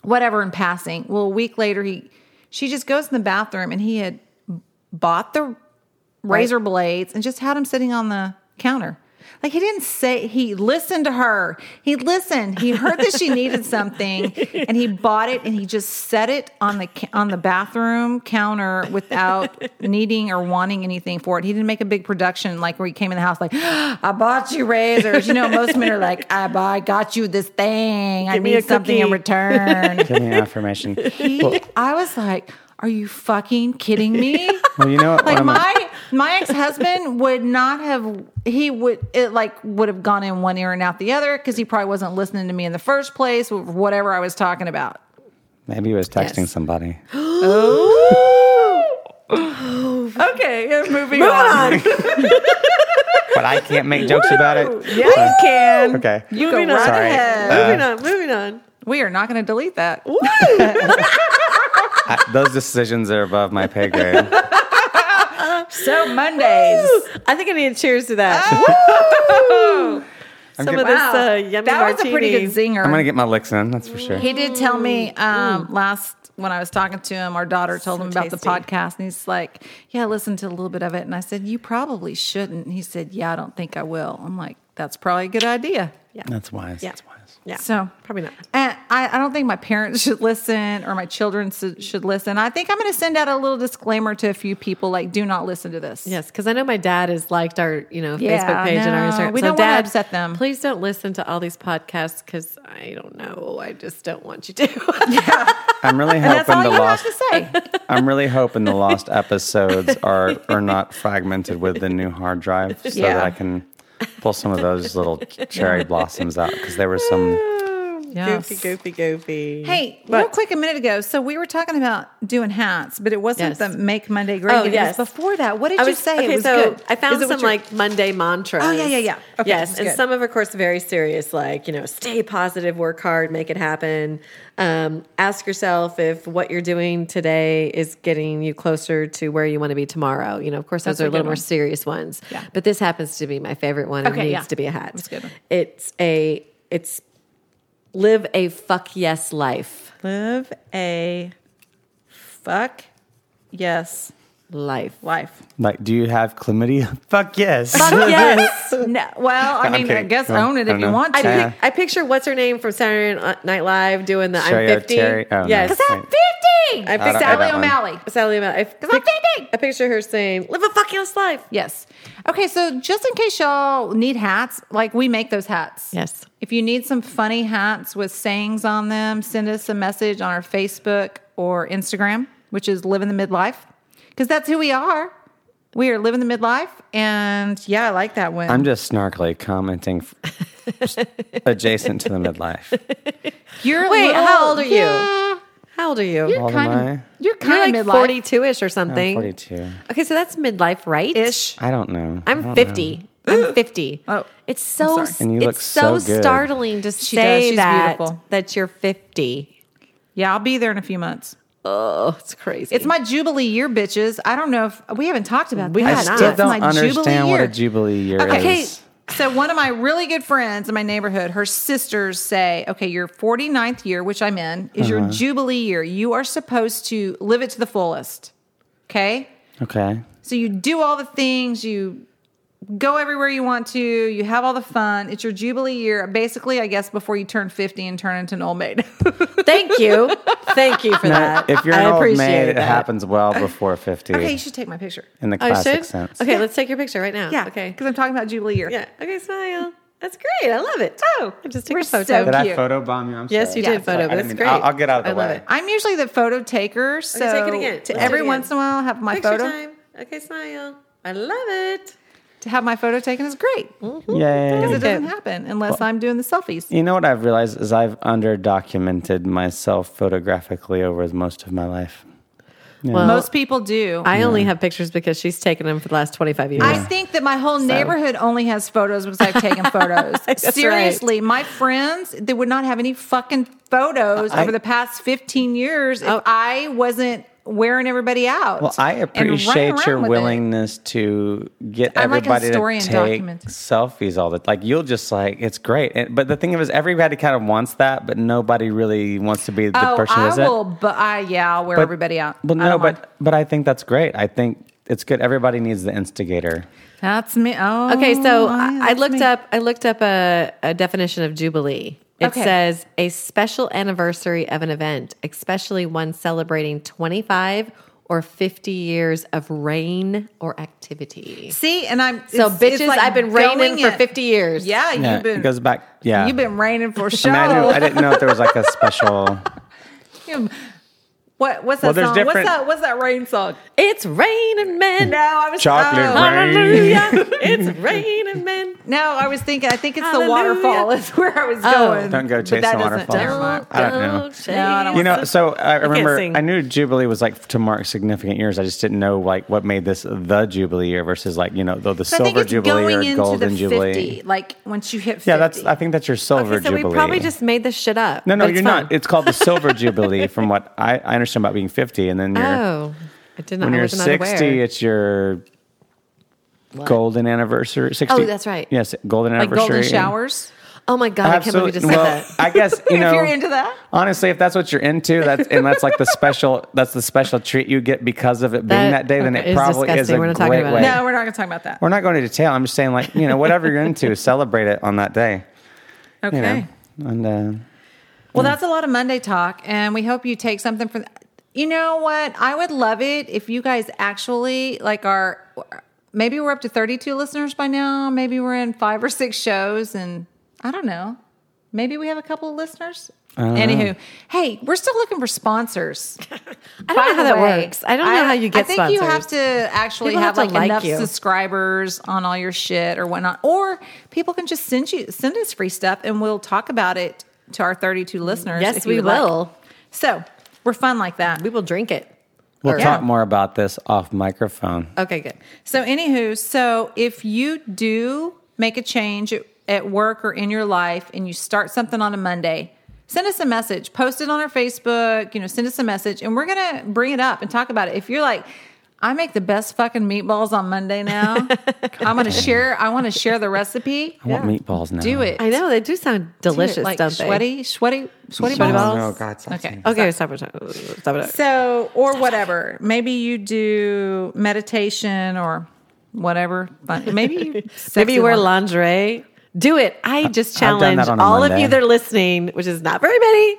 [SPEAKER 1] whatever in passing. Well, a week later, he she just goes in the bathroom and he had bought the razor blades and just had them sitting on the counter. Like he didn't say he listened to her. He listened. He heard that she needed something, and he bought it, and he just set it on the ca- on the bathroom counter without needing or wanting anything for it. He didn't make a big production like where he came in the house like, "I bought you razors." You know, most men are like, "I buy, got you this thing. I
[SPEAKER 2] Give me
[SPEAKER 1] need
[SPEAKER 2] a
[SPEAKER 1] something in
[SPEAKER 2] cookie."
[SPEAKER 1] return."
[SPEAKER 3] Give me an affirmation. well,
[SPEAKER 1] he, I was like, "Are you fucking kidding me?"
[SPEAKER 3] well, you know what? one
[SPEAKER 1] like
[SPEAKER 3] of my-
[SPEAKER 1] my my ex husband would not have he would it like would have gone in one ear and out the other because he probably wasn't listening to me in the first place with whatever I was talking about.
[SPEAKER 3] maybe he was texting
[SPEAKER 2] Yes.
[SPEAKER 3] somebody.
[SPEAKER 2] Oh.
[SPEAKER 1] Okay, moving
[SPEAKER 2] on.
[SPEAKER 3] But I can't make jokes about it.
[SPEAKER 2] Yeah, you can.
[SPEAKER 3] Okay.
[SPEAKER 1] You
[SPEAKER 2] Moving
[SPEAKER 1] go
[SPEAKER 2] on.
[SPEAKER 1] right
[SPEAKER 3] Sorry. Uh,
[SPEAKER 1] ahead.
[SPEAKER 2] Moving on. Moving on.
[SPEAKER 1] We are not going to delete that.
[SPEAKER 3] I, those decisions are above my pay grade.
[SPEAKER 1] So Mondays.
[SPEAKER 2] I think I need a cheers to that.
[SPEAKER 3] I'm,
[SPEAKER 2] Some
[SPEAKER 3] get-
[SPEAKER 2] of this uh, yummy
[SPEAKER 1] Oh. that was a pretty good
[SPEAKER 2] martini.
[SPEAKER 1] zinger.
[SPEAKER 3] I'm gonna get my licks in. That's for sure.
[SPEAKER 1] He did tell me um, last when I was talking to him, our daughter told
[SPEAKER 2] So
[SPEAKER 1] him about the
[SPEAKER 2] tasty.
[SPEAKER 1] podcast, and he's like, "Yeah, I listened to a little bit of it." And I said, "You probably shouldn't." And he said, "Yeah, I don't think I will." I'm like, "That's probably a good idea."
[SPEAKER 3] That's wise.
[SPEAKER 2] Yeah.
[SPEAKER 3] That's wise. guess.
[SPEAKER 2] Yeah.
[SPEAKER 1] So
[SPEAKER 2] probably not.
[SPEAKER 1] And I, I don't think my parents should listen or my children s- should listen. I think I'm going to send out a little disclaimer to a few people like, do not listen to this.
[SPEAKER 2] Yes, because I know my dad has liked our, you know,
[SPEAKER 1] Yeah,
[SPEAKER 2] Facebook page and our
[SPEAKER 1] no,
[SPEAKER 2] Instagram.
[SPEAKER 1] we
[SPEAKER 2] so
[SPEAKER 1] don't wanna
[SPEAKER 2] dad,
[SPEAKER 1] upset them.
[SPEAKER 2] Please don't listen to all these podcasts because I don't know. I just don't want you to.
[SPEAKER 3] I'm really
[SPEAKER 1] And that's
[SPEAKER 3] hoping
[SPEAKER 1] all
[SPEAKER 3] the
[SPEAKER 1] you
[SPEAKER 3] lost.
[SPEAKER 1] have to say.
[SPEAKER 3] I'm really hoping the lost episodes are are not fragmented with the new hard drive, so
[SPEAKER 1] Yeah.
[SPEAKER 3] that I can pull some of those little cherry blossoms out because there were some.
[SPEAKER 1] Yes.
[SPEAKER 2] Goofy, goofy, goofy.
[SPEAKER 1] hey,
[SPEAKER 2] What?
[SPEAKER 1] real quick a minute ago. So we were talking about doing hats, but it wasn't
[SPEAKER 2] Yes.
[SPEAKER 1] the Make Monday Great.
[SPEAKER 2] Oh,
[SPEAKER 1] Again. It was
[SPEAKER 2] yes.
[SPEAKER 1] before that, what did you say?
[SPEAKER 2] Okay,
[SPEAKER 1] it was
[SPEAKER 2] so
[SPEAKER 1] good.
[SPEAKER 2] I
[SPEAKER 1] Is
[SPEAKER 2] found
[SPEAKER 1] it what
[SPEAKER 2] some
[SPEAKER 1] you're-
[SPEAKER 2] like Monday mantras.
[SPEAKER 1] Oh, yeah, yeah, yeah. Okay,
[SPEAKER 2] yes,
[SPEAKER 1] that's
[SPEAKER 2] and
[SPEAKER 1] good.
[SPEAKER 2] some of, of course, very serious, like you know, stay positive, work hard, make it happen. Um, ask yourself if what you're doing today is getting you closer to where you want to be tomorrow. You know, of course, those
[SPEAKER 1] That's a
[SPEAKER 2] are a little
[SPEAKER 1] good
[SPEAKER 2] more
[SPEAKER 1] one.
[SPEAKER 2] serious ones.
[SPEAKER 1] Yeah.
[SPEAKER 2] But this happens to be my favorite one. and
[SPEAKER 1] Okay,
[SPEAKER 2] needs
[SPEAKER 1] yeah.
[SPEAKER 2] to be a hat.
[SPEAKER 1] That's a good one.
[SPEAKER 2] It's a it's live a fuck yes life
[SPEAKER 1] live a fuck yes
[SPEAKER 2] life.
[SPEAKER 1] life.
[SPEAKER 3] Like, do you have chlamydia? Fuck yes.
[SPEAKER 2] Fuck yes.
[SPEAKER 1] No, well, I
[SPEAKER 3] I'm
[SPEAKER 1] mean, I
[SPEAKER 3] kidding.
[SPEAKER 1] guess
[SPEAKER 3] Go on.
[SPEAKER 1] own it
[SPEAKER 3] I
[SPEAKER 1] if
[SPEAKER 3] don't
[SPEAKER 1] you
[SPEAKER 3] know.
[SPEAKER 1] want
[SPEAKER 2] I,
[SPEAKER 1] to.
[SPEAKER 3] Yeah.
[SPEAKER 2] pic- I picture what's her name from Saturday Night Live doing the
[SPEAKER 3] Sherry
[SPEAKER 2] I'm 50.
[SPEAKER 3] O'Terry? Oh, no.
[SPEAKER 2] yes.
[SPEAKER 1] Because I'm
[SPEAKER 3] Right.
[SPEAKER 1] 50.
[SPEAKER 2] I picked
[SPEAKER 3] out
[SPEAKER 1] Sally
[SPEAKER 3] that one.
[SPEAKER 1] O'Malley.
[SPEAKER 2] Sally Mel- I,
[SPEAKER 1] I'm
[SPEAKER 2] pic-
[SPEAKER 1] 50.
[SPEAKER 2] I picture her saying, live a fucking ass life.
[SPEAKER 1] Yes. Okay, so just in case y'all need hats, like we make those hats.
[SPEAKER 2] Yes.
[SPEAKER 1] If you need some funny hats with sayings on them, send us a message on our Facebook or Instagram, which is Living the Midlife, because that's who we are. We are living the midlife, and yeah, I like that one.
[SPEAKER 3] I'm just snarkily commenting f- adjacent to the midlife.
[SPEAKER 1] You're a
[SPEAKER 2] Wait,
[SPEAKER 1] little-
[SPEAKER 2] how old are you?
[SPEAKER 1] Yeah,
[SPEAKER 2] How old are you?
[SPEAKER 1] you're
[SPEAKER 3] How old
[SPEAKER 1] kind
[SPEAKER 3] am
[SPEAKER 1] of
[SPEAKER 3] I?
[SPEAKER 1] you're
[SPEAKER 2] You're
[SPEAKER 1] kind
[SPEAKER 2] like
[SPEAKER 1] of midlife
[SPEAKER 2] 42 ish or something.
[SPEAKER 3] I'm 42.
[SPEAKER 2] Okay, so that's midlife, right?
[SPEAKER 1] ish.
[SPEAKER 3] I don't know. I
[SPEAKER 2] I'm
[SPEAKER 3] don't
[SPEAKER 2] 50. I'm 50.
[SPEAKER 1] Oh,
[SPEAKER 2] it's so
[SPEAKER 1] I'm sorry.
[SPEAKER 3] And you look
[SPEAKER 2] it's so,
[SPEAKER 3] so good.
[SPEAKER 2] startling to
[SPEAKER 1] She does.
[SPEAKER 2] say
[SPEAKER 1] She's
[SPEAKER 2] that
[SPEAKER 1] beautiful.
[SPEAKER 2] that you're 50.
[SPEAKER 1] Yeah, I'll be there in a few months.
[SPEAKER 2] Oh, it's crazy.
[SPEAKER 1] It's my Jubilee year, bitches. I don't know if we haven't talked about
[SPEAKER 2] We
[SPEAKER 1] that.
[SPEAKER 2] have
[SPEAKER 3] I
[SPEAKER 2] not.
[SPEAKER 3] still
[SPEAKER 1] It's
[SPEAKER 3] don't
[SPEAKER 1] my
[SPEAKER 3] understand
[SPEAKER 1] Jubilee
[SPEAKER 3] what a
[SPEAKER 1] year.
[SPEAKER 3] jubilee year
[SPEAKER 1] Okay.
[SPEAKER 3] is.
[SPEAKER 1] So one of my really good friends in my neighborhood, her sisters say, okay, your 49th year, which I'm in, is
[SPEAKER 2] Uh-huh.
[SPEAKER 1] your Jubilee year. You are supposed to live it to the fullest. Okay?
[SPEAKER 3] Okay.
[SPEAKER 1] So you do all the things, you go everywhere you want to, you have all the fun. It's your Jubilee year, basically, I guess, before you turn 50 and turn into an old maid.
[SPEAKER 2] Thank you. Thank you for that.
[SPEAKER 3] If you're
[SPEAKER 2] I
[SPEAKER 3] an old
[SPEAKER 2] appreciate
[SPEAKER 3] maid, it
[SPEAKER 2] that.
[SPEAKER 3] happens well before 50
[SPEAKER 1] okay, you should take my picture.
[SPEAKER 3] in the
[SPEAKER 2] I
[SPEAKER 3] classic
[SPEAKER 2] should.
[SPEAKER 3] sense.
[SPEAKER 2] Okay, let's take your picture right now.
[SPEAKER 1] Yeah.
[SPEAKER 2] Okay.
[SPEAKER 1] Because I'm talking about Jubilee year.
[SPEAKER 2] Yeah. Okay, smile. That's great. I love it.
[SPEAKER 1] Oh,
[SPEAKER 2] I'm just taking
[SPEAKER 1] we're
[SPEAKER 2] a photo.
[SPEAKER 1] so
[SPEAKER 3] Did I
[SPEAKER 1] cute.
[SPEAKER 3] photobomb you? I'm
[SPEAKER 2] Yes,
[SPEAKER 3] sorry.
[SPEAKER 2] you
[SPEAKER 1] Yeah.
[SPEAKER 2] did photo.
[SPEAKER 3] I
[SPEAKER 2] but
[SPEAKER 3] didn't
[SPEAKER 2] That's
[SPEAKER 3] mean-
[SPEAKER 2] great.
[SPEAKER 3] I'll, I'll get out of the
[SPEAKER 2] I love
[SPEAKER 3] way.
[SPEAKER 2] it.
[SPEAKER 1] I'm usually the photo taker, so
[SPEAKER 2] Okay, take it again. Let's do
[SPEAKER 1] to
[SPEAKER 2] it
[SPEAKER 1] every
[SPEAKER 2] again.
[SPEAKER 1] once in a while, I have my
[SPEAKER 2] Picture
[SPEAKER 1] photo.
[SPEAKER 2] time. Okay, smile. I love it.
[SPEAKER 1] To have my photo taken is great because
[SPEAKER 3] Yay.
[SPEAKER 1] it doesn't happen unless I'm doing the selfies.
[SPEAKER 3] You know what I've realized is I've underdocumented myself photographically over most of my life.
[SPEAKER 2] Well,
[SPEAKER 1] Most people do. I,
[SPEAKER 2] I only have pictures because she's taken them for the last 25 years.
[SPEAKER 1] think that my whole neighborhood only has photos because I've taken photos. Seriously, my friends they would not have any fucking photos over the past 15 years if I wasn't wearing everybody out.
[SPEAKER 3] Oh. Well, I
[SPEAKER 1] and
[SPEAKER 3] appreciate
[SPEAKER 1] running
[SPEAKER 3] your
[SPEAKER 1] around with it.
[SPEAKER 3] willingness to get
[SPEAKER 1] I'm like a
[SPEAKER 3] everybody
[SPEAKER 1] historian
[SPEAKER 3] to take
[SPEAKER 1] documenting.
[SPEAKER 3] selfies all the like. You'll just like it's great, and, but the thing is, everybody kind of wants that, but nobody really wants to be the
[SPEAKER 1] Oh,
[SPEAKER 3] person who
[SPEAKER 1] I
[SPEAKER 3] does it.
[SPEAKER 1] will, but I yeah, I'll wear everybody out.
[SPEAKER 3] Well,
[SPEAKER 1] I
[SPEAKER 3] no,
[SPEAKER 1] don't
[SPEAKER 3] but
[SPEAKER 1] mind.
[SPEAKER 3] but I think that's great. I think it's good. Everybody needs the instigator.
[SPEAKER 1] that's me. Oh,
[SPEAKER 2] Okay, so
[SPEAKER 1] yeah,
[SPEAKER 2] I, I
[SPEAKER 1] that's
[SPEAKER 2] looked
[SPEAKER 1] me.
[SPEAKER 2] up I looked up a, a definition of jubilee. It
[SPEAKER 1] Okay.
[SPEAKER 2] says a special anniversary of an event, especially one celebrating 25 or 50 years of reign or activity.
[SPEAKER 1] See, and I'm
[SPEAKER 2] So
[SPEAKER 1] it's-
[SPEAKER 2] bitches,
[SPEAKER 1] it's like
[SPEAKER 2] I've been
[SPEAKER 1] going
[SPEAKER 2] reigning for
[SPEAKER 1] in.
[SPEAKER 2] 50 years.
[SPEAKER 1] Yeah,
[SPEAKER 3] Yeah,
[SPEAKER 1] you've been
[SPEAKER 3] it goes back. Yeah,
[SPEAKER 1] you've been reigning for
[SPEAKER 3] I,
[SPEAKER 1] sure.
[SPEAKER 3] mean, I, knew, I didn't know if there was like a special.
[SPEAKER 1] what what's that
[SPEAKER 3] Well,
[SPEAKER 1] song?
[SPEAKER 3] there's
[SPEAKER 1] What's
[SPEAKER 3] different-
[SPEAKER 1] that what's that rain song?
[SPEAKER 2] It's raining men.
[SPEAKER 1] No, I was
[SPEAKER 3] Chocolate
[SPEAKER 1] oh.
[SPEAKER 3] rain.
[SPEAKER 2] Hallelujah. it's raining men.
[SPEAKER 1] No, I was thinking I think it's
[SPEAKER 2] Hallelujah.
[SPEAKER 1] the waterfall is where I was going.
[SPEAKER 3] Don't go
[SPEAKER 1] But
[SPEAKER 3] chasing
[SPEAKER 1] that doesn't-
[SPEAKER 3] waterfall.
[SPEAKER 1] never mind.
[SPEAKER 3] I don't know.
[SPEAKER 1] I don't
[SPEAKER 3] You know, so I remember
[SPEAKER 2] sing.
[SPEAKER 3] I knew Jubilee was like to mark significant years. I just didn't know like what made this the Jubilee year versus like you know the, the
[SPEAKER 1] So I think
[SPEAKER 3] silver
[SPEAKER 1] it's
[SPEAKER 3] Jubilee
[SPEAKER 1] going
[SPEAKER 3] or
[SPEAKER 1] into
[SPEAKER 3] golden
[SPEAKER 1] the
[SPEAKER 3] Jubilee.
[SPEAKER 1] 50, like once you hit 50.
[SPEAKER 3] Yeah, that's I think that's your silver
[SPEAKER 2] okay, so
[SPEAKER 3] Jubilee.
[SPEAKER 2] we probably just made this shit up.
[SPEAKER 3] no, no,
[SPEAKER 2] but it's
[SPEAKER 3] you're
[SPEAKER 2] fun.
[SPEAKER 3] not. It's called the silver Jubilee, from what I, I understand about being fifty, and then you're,
[SPEAKER 2] oh, I did not.
[SPEAKER 3] when
[SPEAKER 2] I
[SPEAKER 3] you're
[SPEAKER 2] was not
[SPEAKER 3] sixty,
[SPEAKER 2] aware.
[SPEAKER 3] it's your golden anniversary. Sixty.
[SPEAKER 2] Oh, that's right.
[SPEAKER 3] Yes, golden
[SPEAKER 1] like
[SPEAKER 3] anniversary.
[SPEAKER 1] golden
[SPEAKER 3] and-
[SPEAKER 1] showers.
[SPEAKER 2] oh my god, I
[SPEAKER 3] Absolutely.
[SPEAKER 2] can't believe we just
[SPEAKER 3] Well,
[SPEAKER 2] said that.
[SPEAKER 3] I guess you know.
[SPEAKER 1] if you're into that.
[SPEAKER 3] Honestly, if that's what you're into, that's and that's like the special that's the special treat you get because of it being
[SPEAKER 2] That-
[SPEAKER 3] that, day, then
[SPEAKER 2] okay,
[SPEAKER 3] it
[SPEAKER 2] it's
[SPEAKER 3] probably is
[SPEAKER 2] disgusting.
[SPEAKER 3] a
[SPEAKER 2] We're not
[SPEAKER 3] great
[SPEAKER 2] talking about it.
[SPEAKER 3] way.
[SPEAKER 1] No, we're not going to talk about that.
[SPEAKER 3] We're not going to detail. I'm just saying like, you know, whatever you're into, celebrate it on that day.
[SPEAKER 1] Okay.
[SPEAKER 3] You know. And uh,
[SPEAKER 1] Well, that's a lot of Monday talk, and we hope you take something from. You know what? I would love it if you guys actually like our. Maybe we're up to thirty-two listeners by now. Maybe we're in five or six shows, and I don't know. Maybe we have a couple of listeners. Anywho, hey, we're still looking for sponsors.
[SPEAKER 2] I don't know how that works. I don't know how you get
[SPEAKER 1] I think
[SPEAKER 2] sponsors.
[SPEAKER 1] you have to actually
[SPEAKER 2] People
[SPEAKER 1] have,
[SPEAKER 2] have to
[SPEAKER 1] like, enough
[SPEAKER 2] like you.
[SPEAKER 1] subscribers on all your shit or whatnot, or people can just send you send us free stuff and we'll talk about it to our 32 listeners.
[SPEAKER 2] Yes,
[SPEAKER 1] if
[SPEAKER 2] we
[SPEAKER 1] you would
[SPEAKER 2] will.
[SPEAKER 1] like. So we're fun like that.
[SPEAKER 2] We will drink it.
[SPEAKER 3] we'll
[SPEAKER 2] Or-
[SPEAKER 3] talk more about this off microphone.
[SPEAKER 2] Okay, good.
[SPEAKER 1] So anywho, so if you do make a change at- at work or in your life, and you start something on a Monday. Send us a message, post it on our Facebook, you know, send us a message, and we're gonna bring it up and talk about it. If you're like, I make the best fucking meatballs on Monday now, I'm gonna share, I wanna share the recipe.
[SPEAKER 3] I want meatballs now.
[SPEAKER 1] Do it.
[SPEAKER 2] I know they do sound
[SPEAKER 1] Do it.
[SPEAKER 2] delicious,
[SPEAKER 1] Like
[SPEAKER 2] don't they?
[SPEAKER 1] sweaty, sweaty, sweaty,
[SPEAKER 2] Sweaty
[SPEAKER 1] balls.
[SPEAKER 2] balls.
[SPEAKER 3] Oh, God. stop
[SPEAKER 1] Okay.
[SPEAKER 3] saying
[SPEAKER 2] Okay, stop it. Stop it. Stop it.
[SPEAKER 1] So, or whatever. Maybe you do meditation or whatever. Fun. Maybe you
[SPEAKER 2] Maybe
[SPEAKER 1] sexy
[SPEAKER 2] you wear
[SPEAKER 1] one.
[SPEAKER 2] lingerie. Do it. I just
[SPEAKER 3] I've done that
[SPEAKER 2] challenge
[SPEAKER 3] on a
[SPEAKER 2] all of
[SPEAKER 3] Monday.
[SPEAKER 2] you that are listening, which is not very many,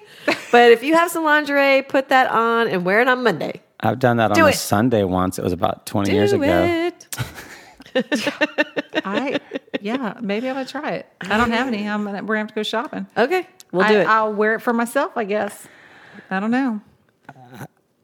[SPEAKER 2] but if you have some lingerie, put that on and wear it on Monday.
[SPEAKER 3] I've done that on
[SPEAKER 2] Do
[SPEAKER 3] a
[SPEAKER 2] it.
[SPEAKER 3] Sunday once. It was about 20
[SPEAKER 2] Do
[SPEAKER 3] years ago.
[SPEAKER 2] it.
[SPEAKER 1] I yeah, maybe I'm gonna try it. I don't have any. I'm gonna we're gonna have to go shopping.
[SPEAKER 2] Okay, we'll do
[SPEAKER 1] I,
[SPEAKER 2] it.
[SPEAKER 1] I'll wear it for myself, I guess. I don't know.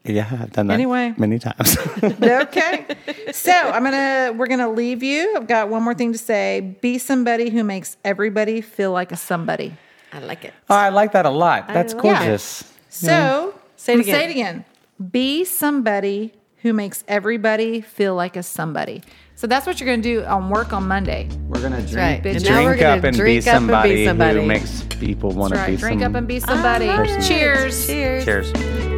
[SPEAKER 3] Yeah, I've done that
[SPEAKER 1] Anyway.
[SPEAKER 3] many times.
[SPEAKER 1] Okay. so I'm gonna we're gonna leave you. I've got one more thing to say. Be somebody who makes everybody feel like a somebody.
[SPEAKER 2] I like it.
[SPEAKER 3] Oh, I like that a lot. That's
[SPEAKER 2] like it.
[SPEAKER 3] gorgeous.
[SPEAKER 1] So
[SPEAKER 2] Say it
[SPEAKER 1] I'm gonna
[SPEAKER 2] again.
[SPEAKER 1] Say it again. Be somebody who makes everybody feel like a somebody. So that's what you're gonna do on work on Monday.
[SPEAKER 3] We're gonna drink,
[SPEAKER 2] right. And now we're
[SPEAKER 3] drink
[SPEAKER 2] gonna
[SPEAKER 3] up and
[SPEAKER 2] drink
[SPEAKER 3] be
[SPEAKER 2] up and be
[SPEAKER 3] somebody
[SPEAKER 2] somebody.
[SPEAKER 3] who makes people want
[SPEAKER 1] That's
[SPEAKER 3] to
[SPEAKER 1] right.
[SPEAKER 3] be.
[SPEAKER 1] Drink
[SPEAKER 3] some-
[SPEAKER 1] up and be somebody.
[SPEAKER 2] I love it.
[SPEAKER 1] Cheers.
[SPEAKER 2] Cheers.
[SPEAKER 3] Cheers.